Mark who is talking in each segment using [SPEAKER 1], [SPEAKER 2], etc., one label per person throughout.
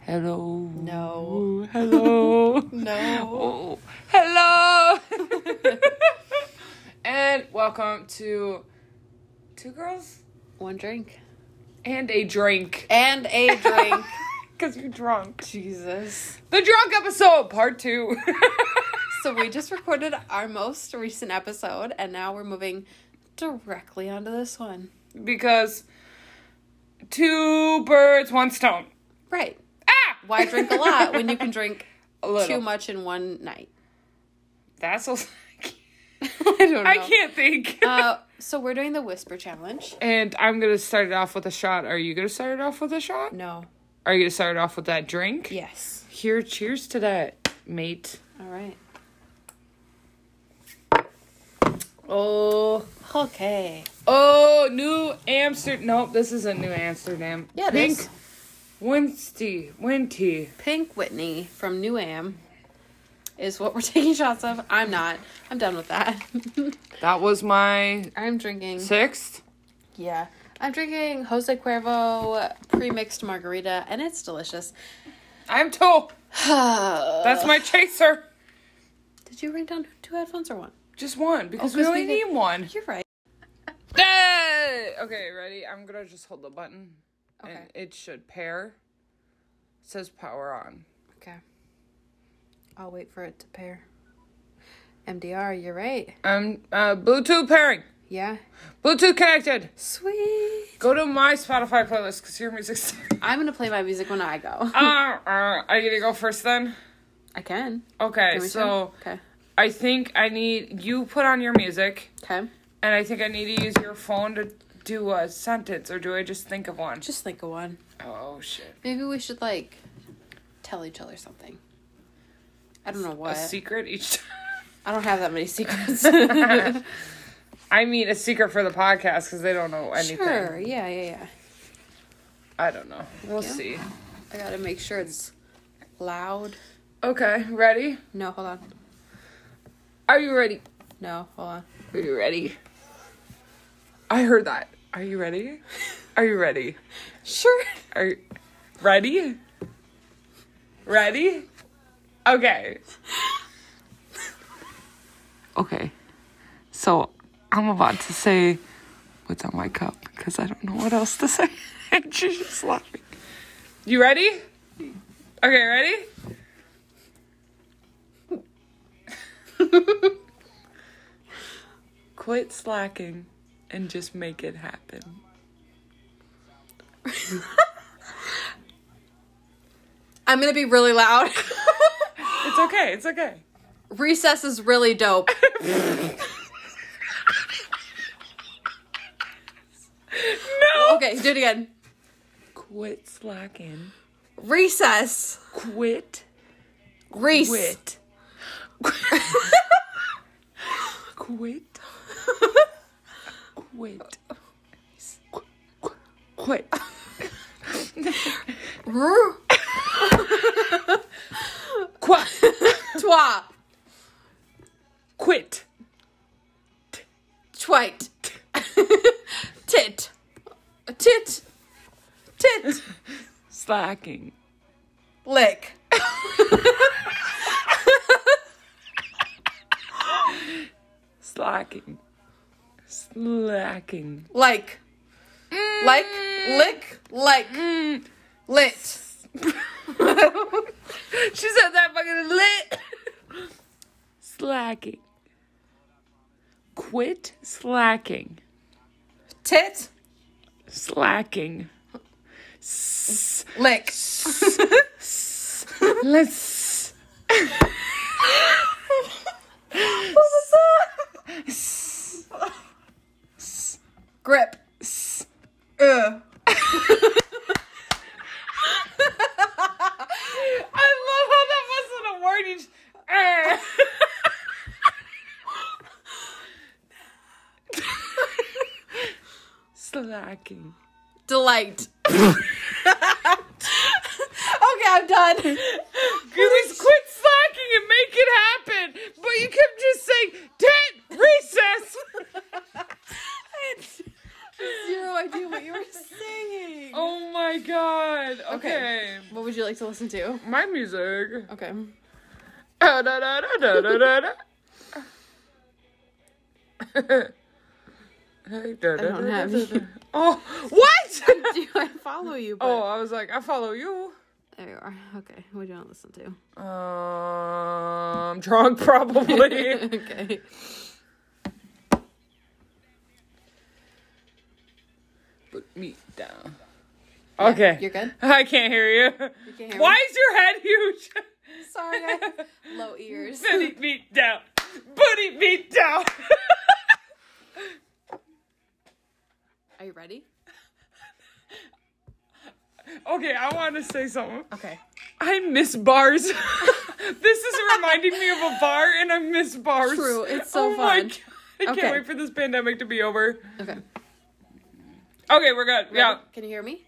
[SPEAKER 1] Hello. Mm,
[SPEAKER 2] No.
[SPEAKER 1] Hello.
[SPEAKER 2] No.
[SPEAKER 1] Oh, hello. and welcome to Two Girls
[SPEAKER 2] One drink.
[SPEAKER 1] and a Drink.
[SPEAKER 2] And a drink.
[SPEAKER 1] Because you're drunk.
[SPEAKER 2] Jesus.
[SPEAKER 1] The drunk episode, part two.
[SPEAKER 2] So we just recorded our most recent episode and now we're moving directly onto this one.
[SPEAKER 1] because two birds, one stone.
[SPEAKER 2] Right.
[SPEAKER 1] Ah!
[SPEAKER 2] Why drink a lot when you can drink
[SPEAKER 1] A little.
[SPEAKER 2] too much in one night?
[SPEAKER 1] That's also.
[SPEAKER 2] I don't know.
[SPEAKER 1] I can't think.
[SPEAKER 2] Uh, so we're doing the whisper challenge.
[SPEAKER 1] and I'm gonna start it off with a shot. Are you gonna start it off with a shot?
[SPEAKER 2] No.
[SPEAKER 1] Are you gonna start it off with that drink?
[SPEAKER 2] Yes.
[SPEAKER 1] Here, cheers to that, mate.
[SPEAKER 2] All right. Oh, okay.
[SPEAKER 1] Oh, New Amsterdam. Nope, this isn't New Amsterdam.
[SPEAKER 2] Yeah, it
[SPEAKER 1] Pink
[SPEAKER 2] is.
[SPEAKER 1] Winsty, Winty.
[SPEAKER 2] Pink Whitney from New Am is what we're taking shots of. I'm not. I'm done with that.
[SPEAKER 1] That was my
[SPEAKER 2] I'm drinking.
[SPEAKER 1] sixth.
[SPEAKER 2] Yeah. I'm drinking Jose Cuervo pre-mixed margarita, and it's delicious.
[SPEAKER 1] I'm told.
[SPEAKER 2] Did
[SPEAKER 1] That's my chaser.
[SPEAKER 2] you ring down two headphones or one?
[SPEAKER 1] Just one, because
[SPEAKER 2] Oh,
[SPEAKER 1] we
[SPEAKER 2] 'cause
[SPEAKER 1] only
[SPEAKER 2] we
[SPEAKER 1] need
[SPEAKER 2] did-
[SPEAKER 1] one.
[SPEAKER 2] You're right.
[SPEAKER 1] Yay! Okay, ready? I'm gonna just hold the button. And
[SPEAKER 2] Okay.
[SPEAKER 1] it should pair. It says power on.
[SPEAKER 2] Okay. I'll wait for it to pair. MDR, you're right.
[SPEAKER 1] Um, uh, Bluetooth pairing.
[SPEAKER 2] Yeah.
[SPEAKER 1] Bluetooth connected.
[SPEAKER 2] Sweet.
[SPEAKER 1] Go to my Spotify playlist because your music's.
[SPEAKER 2] I'm gonna play my music when I go.
[SPEAKER 1] uh, uh, are you gonna go first then?
[SPEAKER 2] I can.
[SPEAKER 1] Okay,
[SPEAKER 2] Can we
[SPEAKER 1] so
[SPEAKER 2] do it? okay.
[SPEAKER 1] I think I need you put on your music,
[SPEAKER 2] Okay.
[SPEAKER 1] and I think I need to use your phone to do a sentence, or do I just think of one?
[SPEAKER 2] Just think of one.
[SPEAKER 1] Oh shit!
[SPEAKER 2] Maybe we should like tell each other something. I don't know
[SPEAKER 1] A
[SPEAKER 2] what.
[SPEAKER 1] secret each. time.
[SPEAKER 2] I don't have that many secrets.
[SPEAKER 1] I mean, a secret for the podcast because they don't know anything.
[SPEAKER 2] sure. Yeah, yeah, yeah.
[SPEAKER 1] I don't know. We'll
[SPEAKER 2] Yeah.
[SPEAKER 1] see.
[SPEAKER 2] I gotta make sure it's loud.
[SPEAKER 1] Okay, ready?
[SPEAKER 2] No, hold on.
[SPEAKER 1] Are you ready?
[SPEAKER 2] No, hold on.
[SPEAKER 1] Are you ready? I heard that. Are you ready? Are you ready?
[SPEAKER 2] Sure.
[SPEAKER 1] Are you ready? Ready? Okay. Okay. So I'm about to say what's on my cup because I don't know what else to say. And she's just laughing. You ready? Okay, ready? Quit slacking and just make it happen.
[SPEAKER 2] I'm gonna be really loud.
[SPEAKER 1] It's okay, it's okay.
[SPEAKER 2] Recess is really dope.
[SPEAKER 1] No!
[SPEAKER 2] Okay, do it again.
[SPEAKER 1] Quit slacking.
[SPEAKER 2] Recess.
[SPEAKER 1] Quit.
[SPEAKER 2] Reese.
[SPEAKER 1] Quit. Quit. Quit. Qu- qu- Quit.
[SPEAKER 2] Roo.
[SPEAKER 1] Quit.
[SPEAKER 2] Twa.
[SPEAKER 1] Quit.
[SPEAKER 2] Twite. Tit. Tit. Tit.
[SPEAKER 1] Slacking.
[SPEAKER 2] Lick.
[SPEAKER 1] Slacking. Slacking.
[SPEAKER 2] Like. Like. Lick. Like. Lit.
[SPEAKER 1] She said that fucking lit. Slacking. Quit slacking.
[SPEAKER 2] Tit.
[SPEAKER 1] Slacking.
[SPEAKER 2] Lick.
[SPEAKER 1] Let's.
[SPEAKER 2] Grip. Uh.
[SPEAKER 1] I love how that wasn't a word. You just, Eh. Slacking.
[SPEAKER 2] Delight. okay, I'm done.
[SPEAKER 1] You just quit slacking and make it happen. But you kept just saying, tit, recess.
[SPEAKER 2] Zero idea what you were singing.
[SPEAKER 1] oh my god.
[SPEAKER 2] Okay.
[SPEAKER 1] Okay.
[SPEAKER 2] What was would you like to listen to?
[SPEAKER 1] My music.
[SPEAKER 2] Okay.
[SPEAKER 1] Ah, da, da, da, da, da, da, da. Hey, da, da,
[SPEAKER 2] don't
[SPEAKER 1] da,
[SPEAKER 2] have
[SPEAKER 1] da,
[SPEAKER 2] you.
[SPEAKER 1] da. Oh, what?
[SPEAKER 2] Do I follow you? But...
[SPEAKER 1] oh, I was like, I follow you.
[SPEAKER 2] There you are. Okay. What do you want to listen to?
[SPEAKER 1] Um, drunk probably.
[SPEAKER 2] okay.
[SPEAKER 1] Put me down. Okay.
[SPEAKER 2] You're good?
[SPEAKER 1] I can't hear you.
[SPEAKER 2] You can hear
[SPEAKER 1] Why is your head huge?
[SPEAKER 2] me? Sorry, I have low ears.
[SPEAKER 1] Booty beat down. Booty beat down.
[SPEAKER 2] Are you ready?
[SPEAKER 1] okay, I want to say something.
[SPEAKER 2] Okay.
[SPEAKER 1] I miss bars. this is reminding me of a bar, and I miss bars.
[SPEAKER 2] True, it's so
[SPEAKER 1] oh My
[SPEAKER 2] fun.
[SPEAKER 1] God. I
[SPEAKER 2] Okay.
[SPEAKER 1] can't wait for this pandemic to be over.
[SPEAKER 2] Okay.
[SPEAKER 1] Okay, we're good. Yeah.
[SPEAKER 2] Ready? Can you hear me?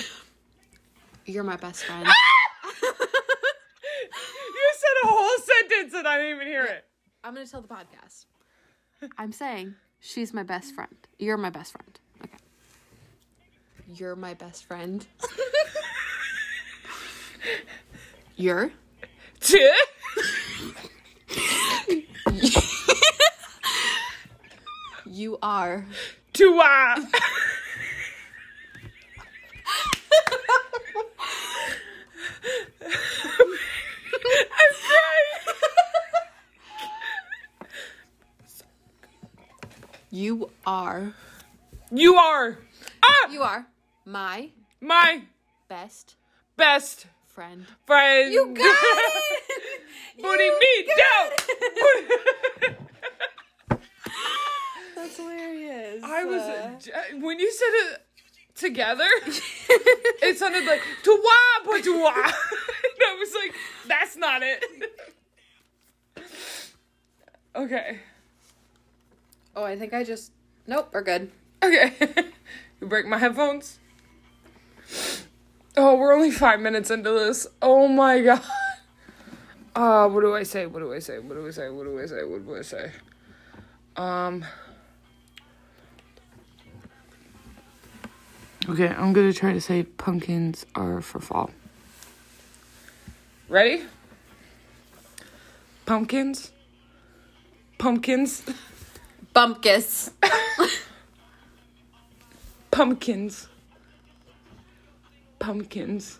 [SPEAKER 2] You're my best friend.
[SPEAKER 1] You said a whole sentence, and I didn't even hear it.
[SPEAKER 2] I'm gonna tell the podcast. I'm saying she's my best friend. You're my best friend. Okay. You're my best friend. You're
[SPEAKER 1] T-
[SPEAKER 2] you are
[SPEAKER 1] to uh, I'm crying.
[SPEAKER 2] you are
[SPEAKER 1] You are ah,
[SPEAKER 2] you are my
[SPEAKER 1] my
[SPEAKER 2] best
[SPEAKER 1] best
[SPEAKER 2] friend.
[SPEAKER 1] friend.
[SPEAKER 2] You got it!
[SPEAKER 1] Booty beat down.
[SPEAKER 2] That's hilarious.
[SPEAKER 1] I was when you said it together, it sounded like tuwa but tuwa. and I was like, that's not it. okay.
[SPEAKER 2] Oh, I think I just Nope, we're good.
[SPEAKER 1] Okay. you break my headphones. Oh, we're only five minutes into this. Oh my god. Uh, what do I say? What do I say? What do I say? What do I say? What do I say? Um. Okay, I'm gonna try to say pumpkins are for fall. Ready? Pumpkins. Pumpkins.
[SPEAKER 2] Bumpkus.
[SPEAKER 1] pumpkins. Pumpkins.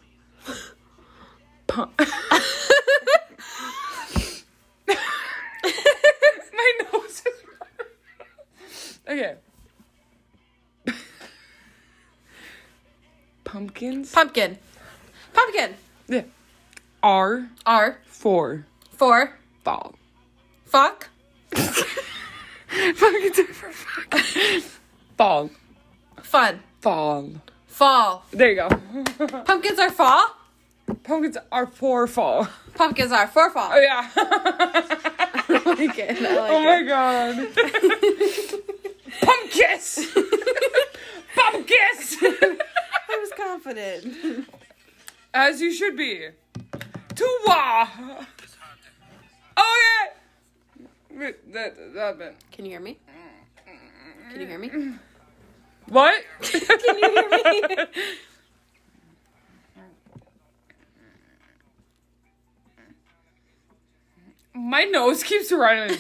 [SPEAKER 1] Pum- My nose is Okay. Pumpkins
[SPEAKER 2] Pumpkin. Pumpkin.
[SPEAKER 1] yeah. are
[SPEAKER 2] R
[SPEAKER 1] for
[SPEAKER 2] for
[SPEAKER 1] fall.
[SPEAKER 2] fuck.
[SPEAKER 1] Pumpkins are for fuck. fall.
[SPEAKER 2] Fun.
[SPEAKER 1] Fall.
[SPEAKER 2] Fall.
[SPEAKER 1] There you go.
[SPEAKER 2] Pumpkins are fall.
[SPEAKER 1] Pumpkins are for fall.
[SPEAKER 2] Pumpkins are for fall.
[SPEAKER 1] Oh yeah.
[SPEAKER 2] Pumpkin. I
[SPEAKER 1] Oh
[SPEAKER 2] like
[SPEAKER 1] my god. Pump kiss! Pump kiss!
[SPEAKER 2] it. I was confident.
[SPEAKER 1] As you should be. Tuwa! Oh yeah! That, that bit.
[SPEAKER 2] Can you hear me? Can you hear me?
[SPEAKER 1] What?
[SPEAKER 2] Can you hear me?
[SPEAKER 1] My nose keeps running.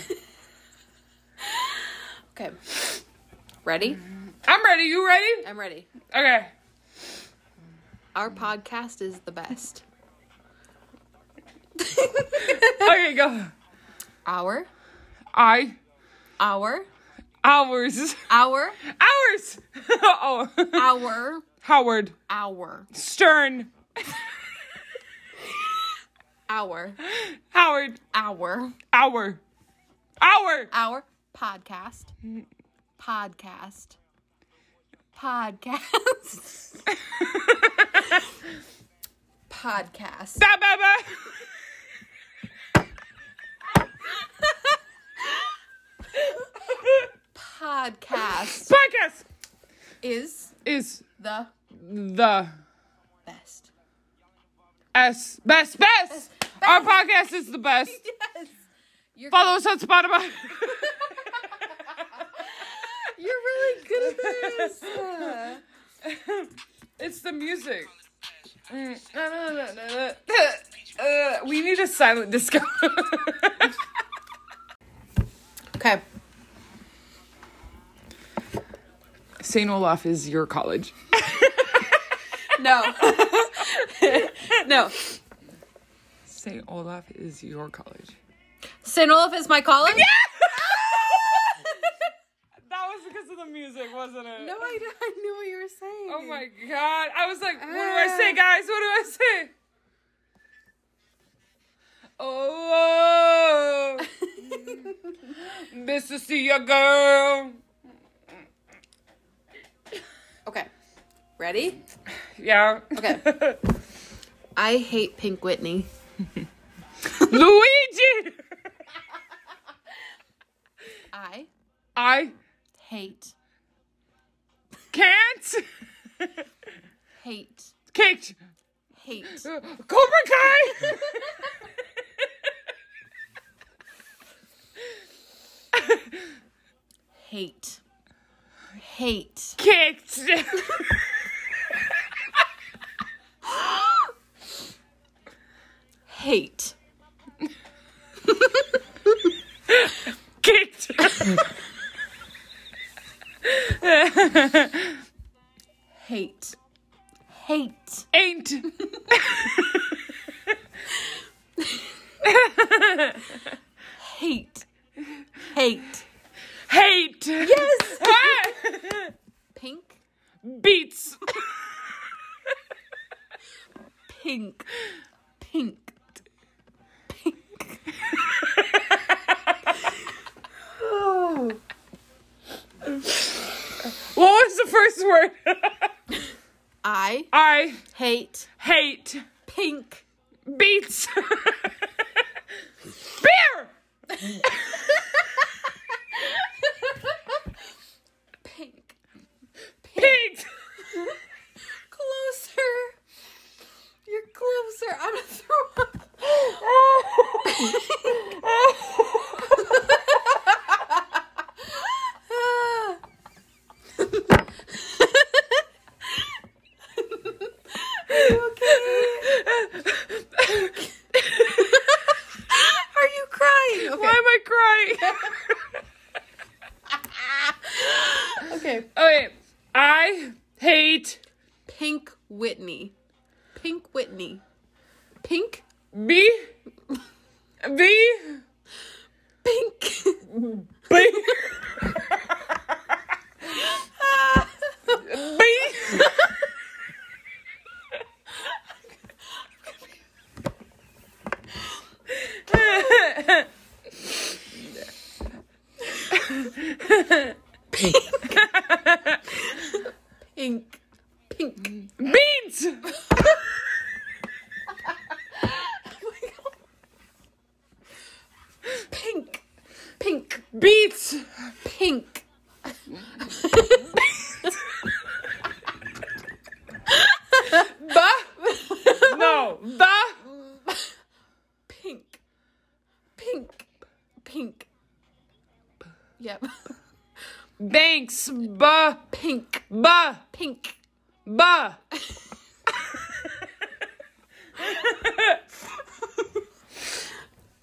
[SPEAKER 2] okay. Ready?
[SPEAKER 1] I'm ready. You ready?
[SPEAKER 2] I'm ready.
[SPEAKER 1] Okay.
[SPEAKER 2] Our podcast is the best.
[SPEAKER 1] Okay, go.
[SPEAKER 2] Our,
[SPEAKER 1] I.
[SPEAKER 2] our,
[SPEAKER 1] Hours.
[SPEAKER 2] our,
[SPEAKER 1] Hours! oh.
[SPEAKER 2] our,
[SPEAKER 1] Howard.
[SPEAKER 2] our,
[SPEAKER 1] Stern.
[SPEAKER 2] our,
[SPEAKER 1] Howard.
[SPEAKER 2] our,
[SPEAKER 1] Hour. Hour.
[SPEAKER 2] our podcast. Podcast. Podcast. podcast.
[SPEAKER 1] Ba ba ba.
[SPEAKER 2] Podcast
[SPEAKER 1] Podcast
[SPEAKER 2] is
[SPEAKER 1] is
[SPEAKER 2] the
[SPEAKER 1] the
[SPEAKER 2] best.
[SPEAKER 1] S best best. Our podcast is the best.
[SPEAKER 2] Yes. You're
[SPEAKER 1] Follow us on Spotify.
[SPEAKER 2] You're really good at this.
[SPEAKER 1] it's the music. Uh, we need a silent disco.
[SPEAKER 2] Okay.
[SPEAKER 1] St. Olaf is your college.
[SPEAKER 2] No. no.
[SPEAKER 1] St. Olaf is your college.
[SPEAKER 2] St. Olaf is my college?
[SPEAKER 1] That was because of the music, wasn't it?
[SPEAKER 2] No, I, I knew what you were saying.
[SPEAKER 1] Oh my god. I was like, what do I
[SPEAKER 2] Uh.
[SPEAKER 1] say, guys? What do I say? Oh, this is see your girl.
[SPEAKER 2] Okay. Ready?
[SPEAKER 1] Yeah.
[SPEAKER 2] Okay. I hate Pink Whitney.
[SPEAKER 1] Luigi!
[SPEAKER 2] I
[SPEAKER 1] I
[SPEAKER 2] hate,
[SPEAKER 1] can't.
[SPEAKER 2] hate,
[SPEAKER 1] Cake.
[SPEAKER 2] hate.
[SPEAKER 1] Cobra Kai!
[SPEAKER 2] hate, hate,
[SPEAKER 1] Kicked.
[SPEAKER 2] hate,
[SPEAKER 1] Kicked.
[SPEAKER 2] hate, hate,
[SPEAKER 1] Ain't.
[SPEAKER 2] hate, hate.
[SPEAKER 1] Hate. Yes!
[SPEAKER 2] Pink,
[SPEAKER 1] Beats.
[SPEAKER 2] pink, pink, pink.
[SPEAKER 1] What was the first word?
[SPEAKER 2] I
[SPEAKER 1] I
[SPEAKER 2] hate
[SPEAKER 1] hate
[SPEAKER 2] pink.
[SPEAKER 1] beats. Beer.
[SPEAKER 2] Pink.
[SPEAKER 1] Pigs.
[SPEAKER 2] Closer. You're closer. I'm gonna throw up. Are you okay? Are you crying?
[SPEAKER 1] Why am I crying?
[SPEAKER 2] Okay.
[SPEAKER 1] okay. I hate
[SPEAKER 2] Pink Whitney. Pink Whitney. Pink.
[SPEAKER 1] B. B.
[SPEAKER 2] Pink.
[SPEAKER 1] B. B.
[SPEAKER 2] Pink. Pink.
[SPEAKER 1] Beans.
[SPEAKER 2] Oh Pink. Pink.
[SPEAKER 1] Beats.
[SPEAKER 2] Pink.
[SPEAKER 1] Ba. No. Ba.
[SPEAKER 2] Pink. Pink. Pink. Yep.
[SPEAKER 1] Thanks. Ba.
[SPEAKER 2] Pink.
[SPEAKER 1] Ba.
[SPEAKER 2] Pink.
[SPEAKER 1] Ba.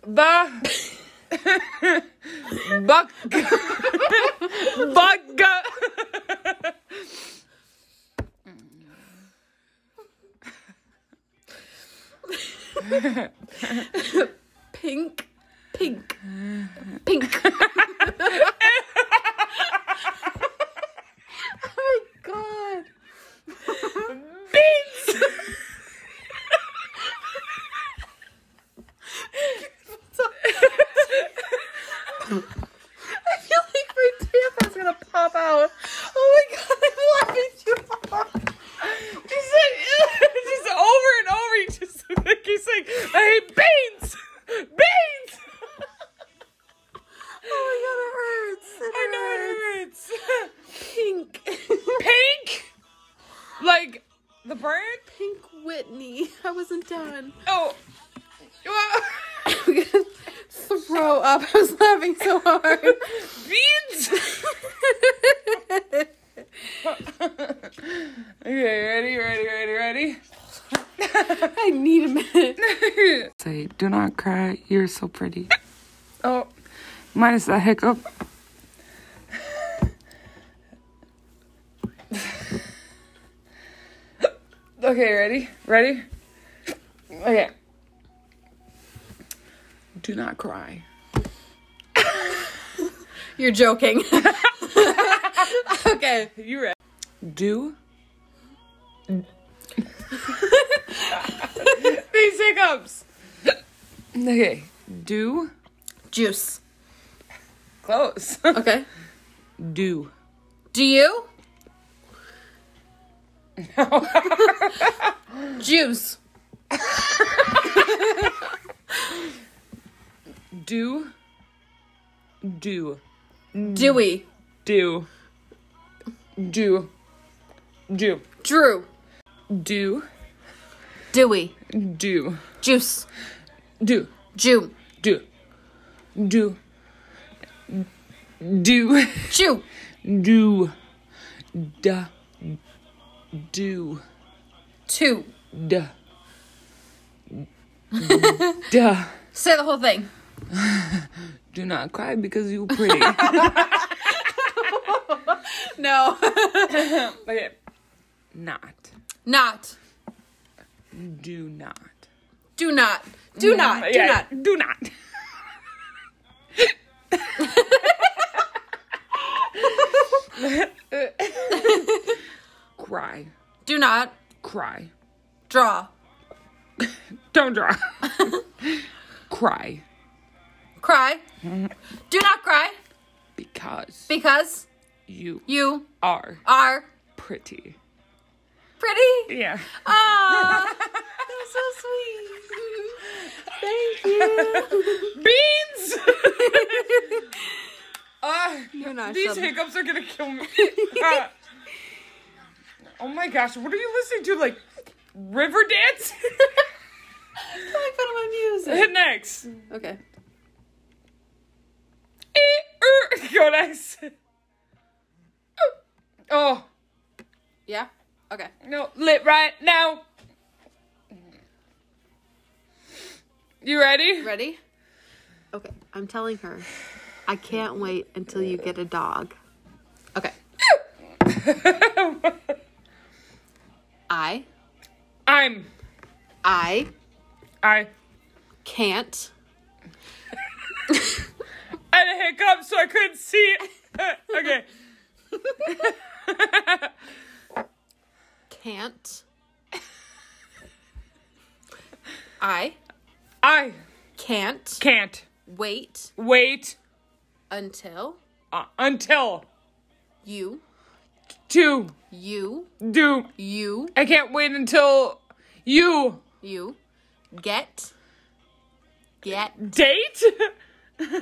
[SPEAKER 1] Ba. Buck. Buck.
[SPEAKER 2] Pink. Pink. Pink. oh my god.
[SPEAKER 1] Beans.
[SPEAKER 2] I feel like my tampa's gonna pop out. Oh my god, I'm laughing too hard.
[SPEAKER 1] Just like, just over and over. You just like you saying, I hate beans. Beans.
[SPEAKER 2] Oh my god, it hurts. It
[SPEAKER 1] I know it hurts.
[SPEAKER 2] Pink.
[SPEAKER 1] Pink. Like the bird.
[SPEAKER 2] Pink Whitney. I wasn't done.
[SPEAKER 1] Oh.
[SPEAKER 2] I'm gonna throw up. I was laughing so hard.
[SPEAKER 1] Beans. okay, ready, ready, ready, ready.
[SPEAKER 3] I need a minute.
[SPEAKER 4] Say, do not cry. You're so pretty.
[SPEAKER 1] Oh,
[SPEAKER 4] Minus that hiccup.
[SPEAKER 1] okay, ready? Ready? Okay.
[SPEAKER 4] Do not cry.
[SPEAKER 3] You're joking. okay.
[SPEAKER 1] You ready?
[SPEAKER 4] Do
[SPEAKER 1] These hiccups.
[SPEAKER 4] okay. Do
[SPEAKER 3] Juice.
[SPEAKER 1] Close.
[SPEAKER 3] Okay.
[SPEAKER 4] do
[SPEAKER 3] Do you? Juice.
[SPEAKER 4] do do
[SPEAKER 3] Dewey.
[SPEAKER 4] do do do
[SPEAKER 3] Drew.
[SPEAKER 4] do
[SPEAKER 3] Dewey.
[SPEAKER 4] do
[SPEAKER 3] Juice.
[SPEAKER 4] do
[SPEAKER 3] Jew.
[SPEAKER 4] do do do
[SPEAKER 3] Jew.
[SPEAKER 4] do da do
[SPEAKER 3] Two.
[SPEAKER 4] da da
[SPEAKER 3] Say the whole thing.
[SPEAKER 4] do not cry because you pretty
[SPEAKER 3] No.
[SPEAKER 1] Okay.
[SPEAKER 4] not
[SPEAKER 3] not.
[SPEAKER 4] do not
[SPEAKER 3] Do not. Do not. Do
[SPEAKER 1] yeah.
[SPEAKER 3] not.
[SPEAKER 4] do not cry
[SPEAKER 3] Do not.
[SPEAKER 4] cry
[SPEAKER 3] Draw.
[SPEAKER 4] don't draw cry
[SPEAKER 3] Cry. Do not cry
[SPEAKER 4] because
[SPEAKER 3] because
[SPEAKER 4] you
[SPEAKER 3] you
[SPEAKER 4] are
[SPEAKER 3] are
[SPEAKER 4] pretty
[SPEAKER 3] pretty.
[SPEAKER 4] yeah
[SPEAKER 3] Aww. That's so sweet. Thank you.
[SPEAKER 1] Beans! Ah,
[SPEAKER 3] You're not
[SPEAKER 1] these
[SPEAKER 3] some-
[SPEAKER 1] hiccups are gonna kill me. Ah. oh my gosh, what are you listening to? Like, River Dance?
[SPEAKER 3] I put on my music.
[SPEAKER 1] Hit next.
[SPEAKER 3] Okay.
[SPEAKER 1] Eh, er, Go next. Oh,
[SPEAKER 3] Yeah. Okay.
[SPEAKER 1] no, lit right now. You ready?
[SPEAKER 3] Ready? Okay. I'm telling her, I can't wait until you get a dog. Okay. I
[SPEAKER 1] I'm.
[SPEAKER 3] I
[SPEAKER 1] I
[SPEAKER 3] can't
[SPEAKER 1] had a hiccup, so I couldn't see it. okay.
[SPEAKER 3] can't I
[SPEAKER 1] I
[SPEAKER 3] can't
[SPEAKER 1] can't
[SPEAKER 3] wait
[SPEAKER 1] wait
[SPEAKER 3] until
[SPEAKER 1] uh, until
[SPEAKER 3] you
[SPEAKER 1] to
[SPEAKER 3] you
[SPEAKER 1] do.
[SPEAKER 3] you
[SPEAKER 1] I can't wait until you
[SPEAKER 3] you get get
[SPEAKER 1] date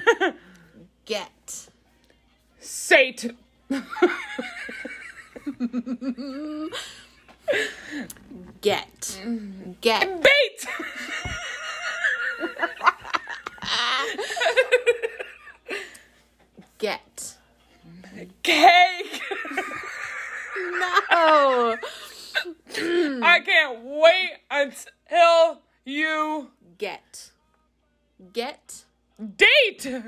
[SPEAKER 3] get
[SPEAKER 1] Sate.
[SPEAKER 3] get get
[SPEAKER 1] Bait!
[SPEAKER 3] get
[SPEAKER 1] Cake!
[SPEAKER 3] oh
[SPEAKER 1] I can't wait until you
[SPEAKER 3] get get
[SPEAKER 1] date!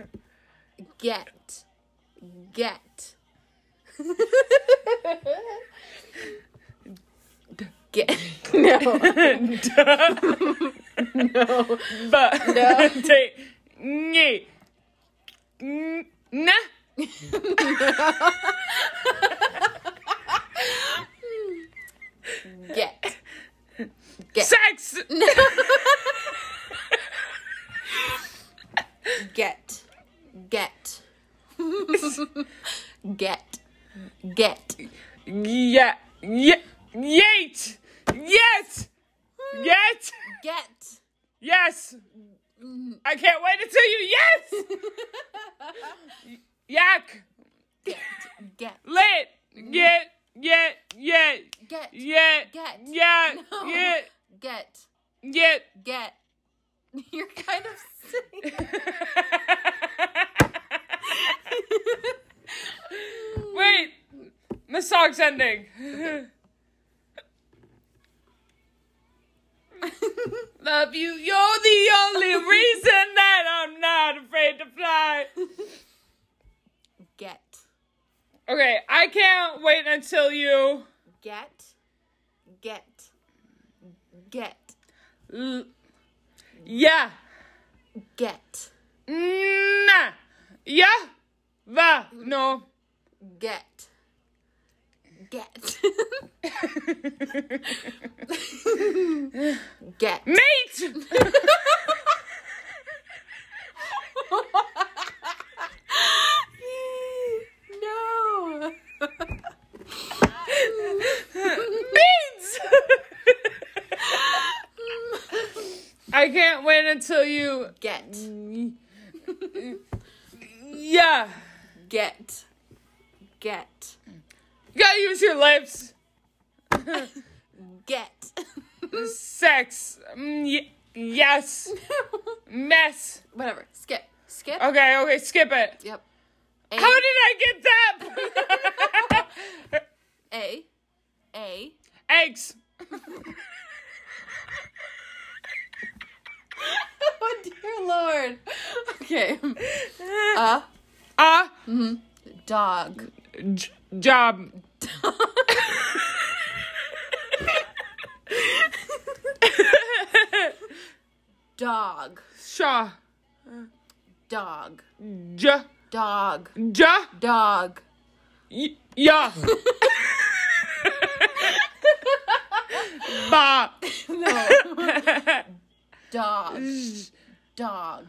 [SPEAKER 3] get get get no
[SPEAKER 1] But date. Nye. N- Nah.
[SPEAKER 3] get
[SPEAKER 1] Sex!
[SPEAKER 3] get get get get
[SPEAKER 1] Yeah. Yeah. Yate! Yes! Yes!
[SPEAKER 3] get
[SPEAKER 1] Yes! I can't wait until you. Yes! Yak!
[SPEAKER 3] get get
[SPEAKER 1] Lit! Get! Get! Get!
[SPEAKER 3] get
[SPEAKER 1] Yet,
[SPEAKER 3] Get.
[SPEAKER 1] yet,
[SPEAKER 3] No.
[SPEAKER 1] yet,
[SPEAKER 3] get
[SPEAKER 1] yet.
[SPEAKER 3] get you're kind of silly.
[SPEAKER 1] Wait, my song's ending. love you. You're the only reason that I'm not afraid to fly.
[SPEAKER 3] Get.
[SPEAKER 1] Okay, I can't wait until you
[SPEAKER 3] Get. Get. Get.
[SPEAKER 1] l- Yeah.
[SPEAKER 3] Get.
[SPEAKER 1] Nah. Yeah. Va. No.
[SPEAKER 3] Get. Get. Get.
[SPEAKER 1] Mate.
[SPEAKER 3] no.
[SPEAKER 1] Beans. I can't wait until you
[SPEAKER 3] Get.
[SPEAKER 1] Yeah.
[SPEAKER 3] Get. Get.
[SPEAKER 1] You gotta use your lips.
[SPEAKER 3] Get.
[SPEAKER 1] Sex. Mm, y- yes. Mess.
[SPEAKER 3] Whatever. Skip. Skip.
[SPEAKER 1] Okay, okay, skip it.
[SPEAKER 3] Yep.
[SPEAKER 1] How did I get that?
[SPEAKER 3] A. A.
[SPEAKER 1] Eggs.
[SPEAKER 3] Oh dear lord. Okay. Uh
[SPEAKER 1] Ah.
[SPEAKER 3] dog.
[SPEAKER 1] J- job.
[SPEAKER 3] Dog.
[SPEAKER 1] Shaw.
[SPEAKER 3] Dog.
[SPEAKER 1] J.
[SPEAKER 3] Dog.
[SPEAKER 1] J.
[SPEAKER 3] Dog.
[SPEAKER 1] Y- yeah. ba.
[SPEAKER 3] No. Dog. Dog.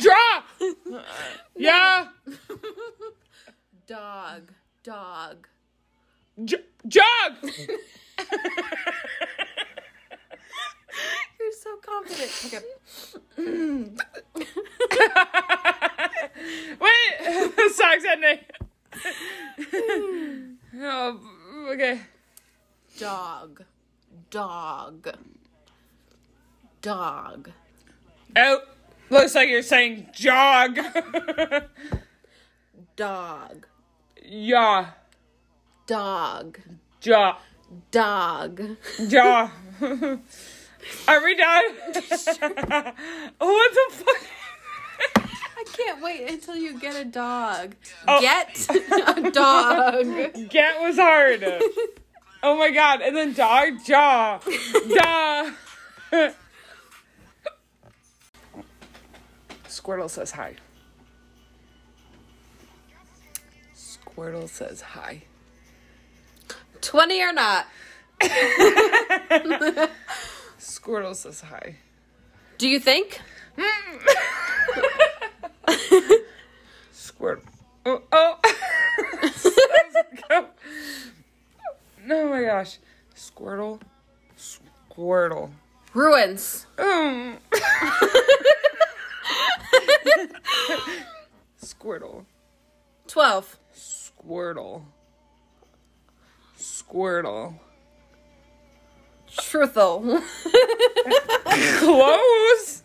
[SPEAKER 1] Draw. Yeah.
[SPEAKER 3] Dog. Dog.
[SPEAKER 1] J- jog.
[SPEAKER 3] You're so confident. Okay.
[SPEAKER 1] Wait, socks ending. oh, okay.
[SPEAKER 3] Dog. Dog. Dog.
[SPEAKER 1] Oh, looks like you're saying jog.
[SPEAKER 3] Dog.
[SPEAKER 1] yeah,
[SPEAKER 3] Dog.
[SPEAKER 1] jaw,
[SPEAKER 3] Dog.
[SPEAKER 1] jaw. Are we done? what the fuck?
[SPEAKER 3] I can't wait until you get a dog.
[SPEAKER 1] Oh.
[SPEAKER 3] Get a dog.
[SPEAKER 1] Get was hard. Oh my god, and then dog jaw. Duh. Squirtle says hi. Squirtle says hi.
[SPEAKER 3] 20 or not.
[SPEAKER 1] Squirtle says hi.
[SPEAKER 3] Do you think?
[SPEAKER 1] Squirtle. Oh, oh. oh my gosh. Squirtle. Squirtle.
[SPEAKER 3] Ruins.
[SPEAKER 1] Mm. Squirtle.
[SPEAKER 3] 12.
[SPEAKER 1] Squirtle. Squirtle.
[SPEAKER 3] Truthful.
[SPEAKER 1] Close.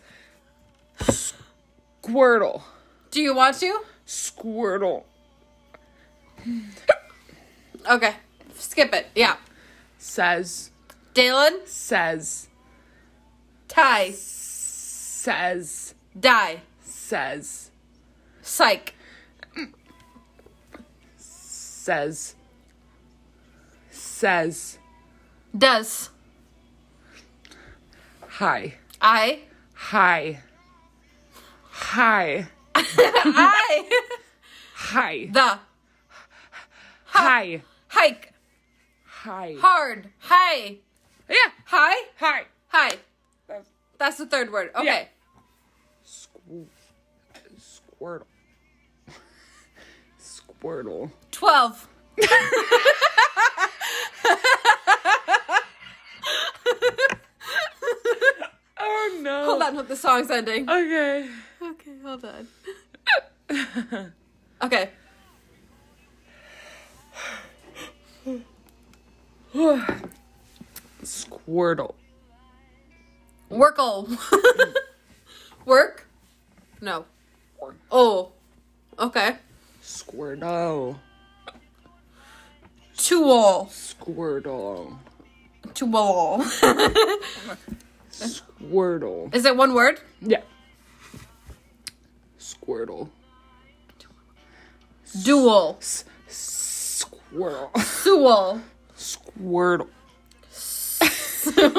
[SPEAKER 1] Squirtle.
[SPEAKER 3] Do you want to?
[SPEAKER 1] Squirtle.
[SPEAKER 3] Okay. Skip it. Yeah.
[SPEAKER 1] Says.
[SPEAKER 3] Dalen,
[SPEAKER 1] Says.
[SPEAKER 3] tie,
[SPEAKER 1] Says.
[SPEAKER 3] die,
[SPEAKER 1] Says.
[SPEAKER 3] psych,
[SPEAKER 1] Says. Says.
[SPEAKER 3] does,
[SPEAKER 1] Hi.
[SPEAKER 3] I,
[SPEAKER 1] Hi. Hi.
[SPEAKER 3] I,
[SPEAKER 1] Hi.
[SPEAKER 3] the,
[SPEAKER 1] Hi.
[SPEAKER 3] hike,
[SPEAKER 1] Hi.
[SPEAKER 3] hard, hi,
[SPEAKER 1] Yeah.
[SPEAKER 3] hi,
[SPEAKER 1] Hi.
[SPEAKER 3] hi. That's the third word. Okay.
[SPEAKER 1] Yeah. Squ- Squirtle. Squirtle.
[SPEAKER 3] 12.
[SPEAKER 1] Oh no.
[SPEAKER 3] Hold on, the song's ending.
[SPEAKER 1] Okay.
[SPEAKER 3] Okay, hold on. okay.
[SPEAKER 1] Squirtle.
[SPEAKER 3] Workle. oh. Work? No. Oh. Okay.
[SPEAKER 1] Squirtle.
[SPEAKER 3] Tool.
[SPEAKER 5] Squirtle.
[SPEAKER 3] Tool.
[SPEAKER 5] Squirtle.
[SPEAKER 3] Is it one word?
[SPEAKER 5] Yeah. Squirtle.
[SPEAKER 3] Dual.
[SPEAKER 5] S- squirrel.
[SPEAKER 3] Sewell.
[SPEAKER 5] Squirtle.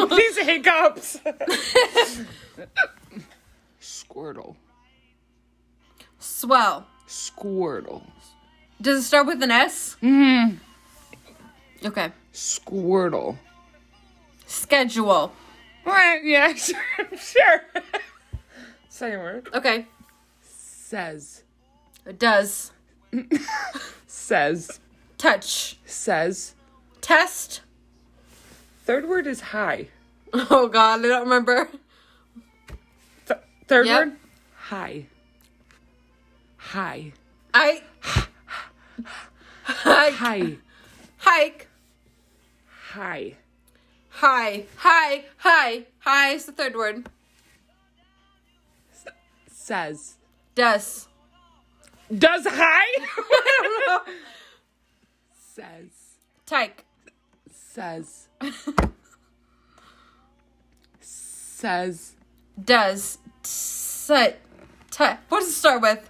[SPEAKER 1] These hiccups.
[SPEAKER 5] Squirtle.
[SPEAKER 3] Swell.
[SPEAKER 5] Squirtle.
[SPEAKER 3] Does it start with an S? Mm. Okay.
[SPEAKER 5] Squirtle.
[SPEAKER 3] Schedule.
[SPEAKER 1] What? Yeah, sure. sure. Second word.
[SPEAKER 3] Okay.
[SPEAKER 5] Says.
[SPEAKER 3] Does.
[SPEAKER 5] Says.
[SPEAKER 3] Touch.
[SPEAKER 5] Says.
[SPEAKER 3] Test.
[SPEAKER 1] Third word is high.
[SPEAKER 3] Oh god, I don't remember.
[SPEAKER 1] Th- third
[SPEAKER 3] Yep.
[SPEAKER 1] word.
[SPEAKER 5] Hi. Hi.
[SPEAKER 3] I. Hike.
[SPEAKER 5] Hi.
[SPEAKER 3] Hike.
[SPEAKER 5] Hi.
[SPEAKER 3] Hi. Hi. Hi. Hi is the third word.
[SPEAKER 5] Says.
[SPEAKER 3] Does.
[SPEAKER 1] Does high?
[SPEAKER 5] Says.
[SPEAKER 3] Tyke.
[SPEAKER 5] Says. Says.
[SPEAKER 3] Does. Set. T- what does it start with?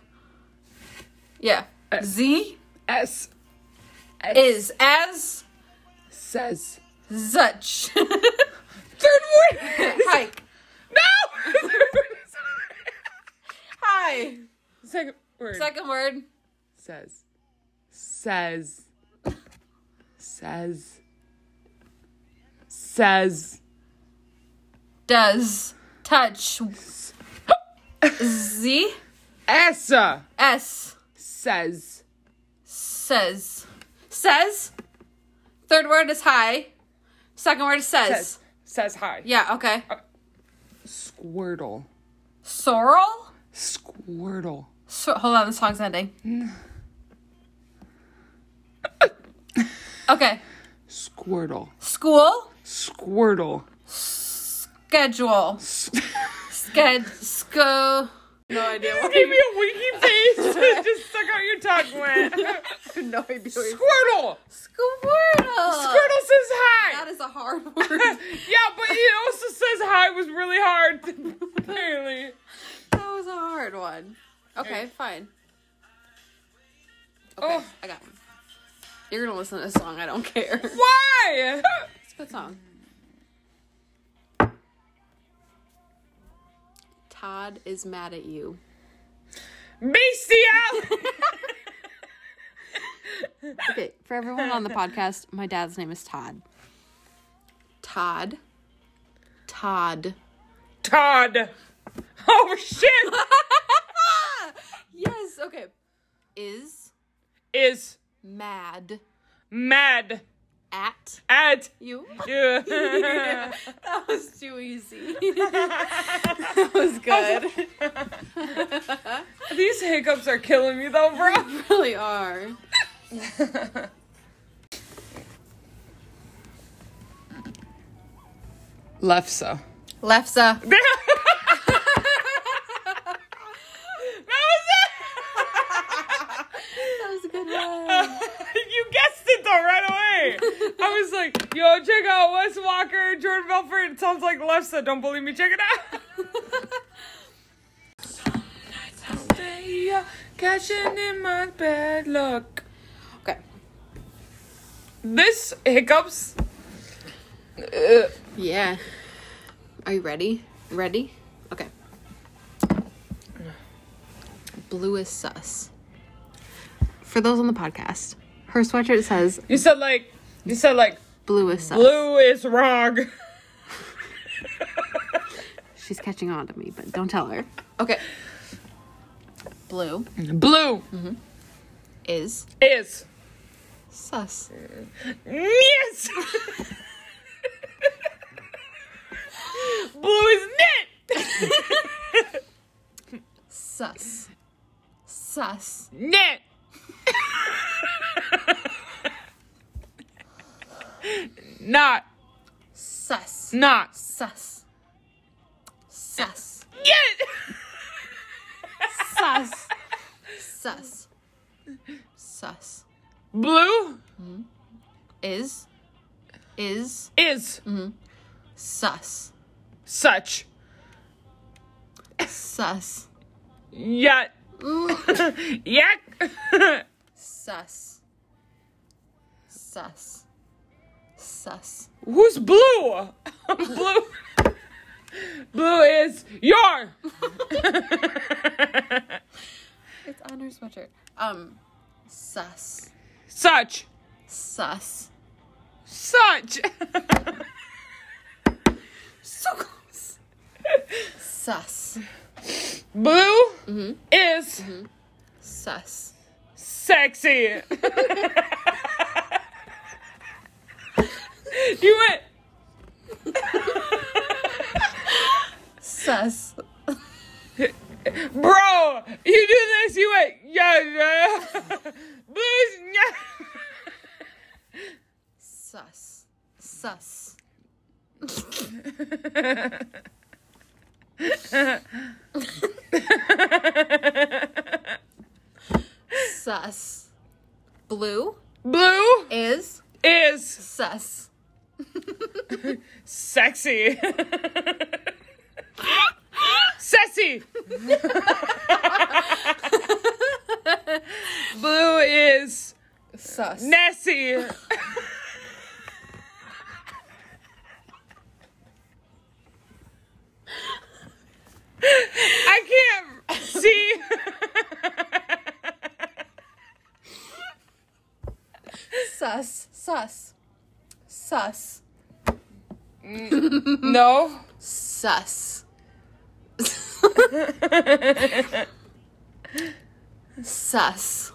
[SPEAKER 3] Yeah.
[SPEAKER 1] Uh,
[SPEAKER 3] Z.
[SPEAKER 5] S.
[SPEAKER 3] Is. As.
[SPEAKER 5] Says.
[SPEAKER 3] Such.
[SPEAKER 1] Third word.
[SPEAKER 3] Hike.
[SPEAKER 1] No. Third word is
[SPEAKER 3] Hi.
[SPEAKER 1] high. Second word.
[SPEAKER 3] Second word.
[SPEAKER 5] Says. Says. Says. Says.
[SPEAKER 3] Does. Touch. Z.
[SPEAKER 1] Essa
[SPEAKER 3] S.
[SPEAKER 5] Says.
[SPEAKER 3] says says third word is hi second word is says,
[SPEAKER 1] says says hi.
[SPEAKER 3] yeah okay
[SPEAKER 5] Squirtle.
[SPEAKER 3] sorrel
[SPEAKER 5] Squirtle.
[SPEAKER 3] so- hold on the song's ending okay
[SPEAKER 5] Squirtle.
[SPEAKER 3] school
[SPEAKER 5] Squirtle.
[SPEAKER 3] schedule
[SPEAKER 5] S-
[SPEAKER 3] sched sco no idea what
[SPEAKER 1] Give me a winky face. Just suck out your tongue went.
[SPEAKER 3] no idea
[SPEAKER 1] Squirtle. Uh,
[SPEAKER 3] squirtle
[SPEAKER 1] Squirtle says
[SPEAKER 3] that
[SPEAKER 1] hi.
[SPEAKER 3] is a hard word
[SPEAKER 1] Yeah, but it also says hi was really hard. Apparently.
[SPEAKER 3] that was a hard one okay fine okay
[SPEAKER 1] Oh.
[SPEAKER 3] i got one you're gonna listen to a song i don't care
[SPEAKER 1] Why?
[SPEAKER 3] What song? Todd is mad at you.
[SPEAKER 1] Bestial.
[SPEAKER 3] Okay, for everyone on the podcast, my dad's name is Todd. Todd. Todd.
[SPEAKER 1] Todd. Oh shit.
[SPEAKER 3] yes, okay. Is
[SPEAKER 1] Is
[SPEAKER 3] mad
[SPEAKER 1] mad
[SPEAKER 3] at
[SPEAKER 1] at
[SPEAKER 3] you.
[SPEAKER 1] you.
[SPEAKER 3] That was too easy. that was good.
[SPEAKER 1] These hiccups are killing me though, bro.
[SPEAKER 3] really are.
[SPEAKER 5] Lefse.
[SPEAKER 3] Lefsa. That was a good one.
[SPEAKER 1] you guessed it though right away. I was like, yo, check out Wes Walker, Jordan Belfort. It sounds like Lefsa. Don't believe me? Check it out. uh, Catching in my bad luck.
[SPEAKER 3] Okay.
[SPEAKER 1] This hiccups. Uh,
[SPEAKER 3] Yeah. Are you ready? Ready? Okay. Blue is sus. For those on the podcast, her sweatshirt says
[SPEAKER 1] You said like, you said like,
[SPEAKER 3] blue is sus.
[SPEAKER 1] blue is wrong.
[SPEAKER 3] She's catching on to me, but don't tell her. Okay. Blue
[SPEAKER 5] Blue.
[SPEAKER 3] is
[SPEAKER 1] Is
[SPEAKER 3] sus.
[SPEAKER 1] yes. blue is knit.
[SPEAKER 3] Sus. Sus.
[SPEAKER 1] Knit. Not.
[SPEAKER 3] Sus.
[SPEAKER 1] Not.
[SPEAKER 3] Sus. Sus.
[SPEAKER 1] Get.
[SPEAKER 3] Sus. Sus. Sus.
[SPEAKER 1] Blue
[SPEAKER 3] is is
[SPEAKER 1] Is
[SPEAKER 3] sus
[SPEAKER 1] such.
[SPEAKER 3] sus
[SPEAKER 1] Yet. Yet.
[SPEAKER 3] sus sus sus
[SPEAKER 1] Who's blue? blue. blue is your.
[SPEAKER 3] it's on her sweatshirt um sus
[SPEAKER 1] Such.
[SPEAKER 3] sus
[SPEAKER 1] Such.
[SPEAKER 3] so close sus
[SPEAKER 1] Blue is
[SPEAKER 3] sus
[SPEAKER 1] sexy. you went.
[SPEAKER 3] sus
[SPEAKER 1] Bro, you do this, you went, yeah, yeah. Blues, yeah.
[SPEAKER 3] sus sus sus blue
[SPEAKER 1] Blue
[SPEAKER 3] is
[SPEAKER 1] is
[SPEAKER 3] sus
[SPEAKER 1] sexy. Sassy. Blue is
[SPEAKER 3] sus
[SPEAKER 1] Nessie. I can't see.
[SPEAKER 3] sus sus sus
[SPEAKER 1] No.
[SPEAKER 3] sus sus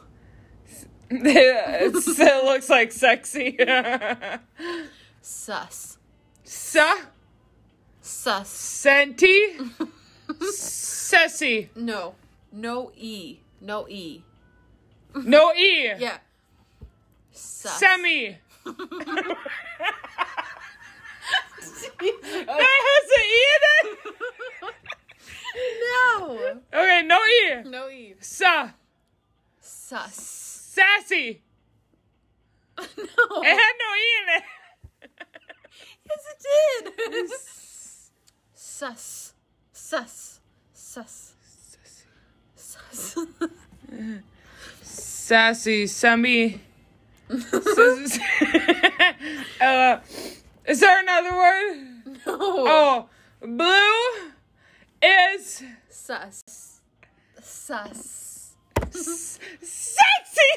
[SPEAKER 1] It's- it looks like sexy.
[SPEAKER 3] sus
[SPEAKER 1] Sa
[SPEAKER 3] sus
[SPEAKER 1] senti sessy.
[SPEAKER 3] no no e no e
[SPEAKER 1] No e.
[SPEAKER 3] yeah sus
[SPEAKER 1] Semi. That has an e in it.
[SPEAKER 3] no
[SPEAKER 1] Okay, no e.
[SPEAKER 3] no e
[SPEAKER 1] Sa
[SPEAKER 3] sus
[SPEAKER 1] sassy.
[SPEAKER 3] no
[SPEAKER 1] It had no e in it.
[SPEAKER 3] yes it did sus sus sus sus
[SPEAKER 1] Sassy semi. s- s- uh, is there another word?
[SPEAKER 3] no
[SPEAKER 1] Oh, blue is
[SPEAKER 3] sus sus
[SPEAKER 1] sexy.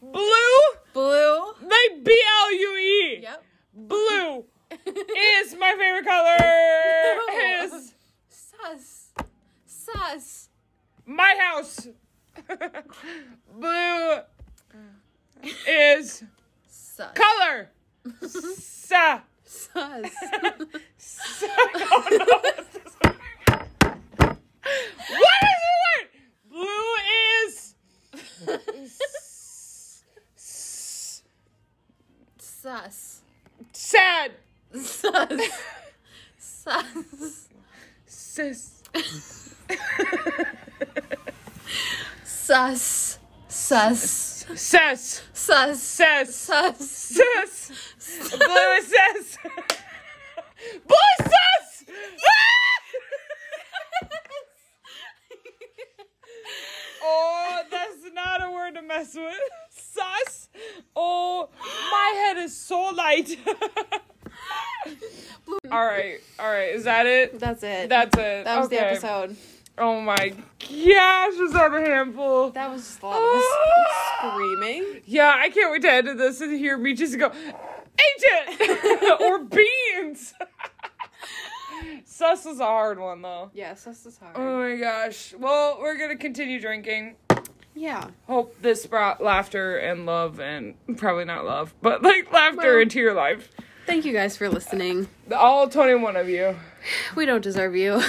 [SPEAKER 1] Blue,
[SPEAKER 3] blue
[SPEAKER 1] like B L U E.
[SPEAKER 3] yep
[SPEAKER 1] Blue is my favorite color.
[SPEAKER 3] No.
[SPEAKER 1] Is
[SPEAKER 3] sus sus
[SPEAKER 1] my house. Blue
[SPEAKER 3] Uh.
[SPEAKER 1] is
[SPEAKER 3] sus
[SPEAKER 1] color. Sa.
[SPEAKER 3] sus
[SPEAKER 1] sa- oh, no. what is the word? Blue is s-
[SPEAKER 3] sus
[SPEAKER 1] sad.
[SPEAKER 3] sus sus
[SPEAKER 1] Sis.
[SPEAKER 3] sus sus
[SPEAKER 1] Sass.
[SPEAKER 3] sus
[SPEAKER 1] Sass.
[SPEAKER 3] sus
[SPEAKER 1] Sis. Blue is sis. Blue is sis. Oh, that's not a word to mess with. Sus. Oh, my head is so light. all right, all right. Is that it?
[SPEAKER 3] that's it
[SPEAKER 1] That's it.
[SPEAKER 3] that was the
[SPEAKER 1] Okay.
[SPEAKER 3] episode
[SPEAKER 1] Oh my gosh, was that a handful?
[SPEAKER 3] that was just a lot of us
[SPEAKER 1] Oh.
[SPEAKER 3] screaming
[SPEAKER 1] Yeah, I can't wait to edit this and hear me just go, agent or beans. Sus was a hard one though.
[SPEAKER 3] yes this is hard
[SPEAKER 1] Oh my gosh. Well, we're gonna continue drinking.
[SPEAKER 3] yeah
[SPEAKER 1] Hope this brought laughter and love and probably not love, but like laughter
[SPEAKER 3] Well-
[SPEAKER 1] into your life.
[SPEAKER 3] thank you guys for listening
[SPEAKER 1] All twenty-one of you.
[SPEAKER 3] we don't deserve you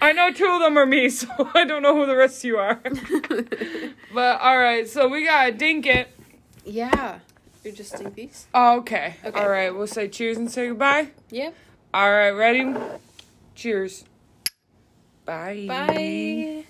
[SPEAKER 1] I know two of them are me, so I don't know who the rest of you are. but all right, so we gotta dink it.
[SPEAKER 3] yeah you're just stinkies
[SPEAKER 1] Okay.
[SPEAKER 3] Okay.
[SPEAKER 1] All right, we'll say cheers and say goodbye.
[SPEAKER 3] yep
[SPEAKER 1] All right, ready? Cheers. Bye.
[SPEAKER 3] bye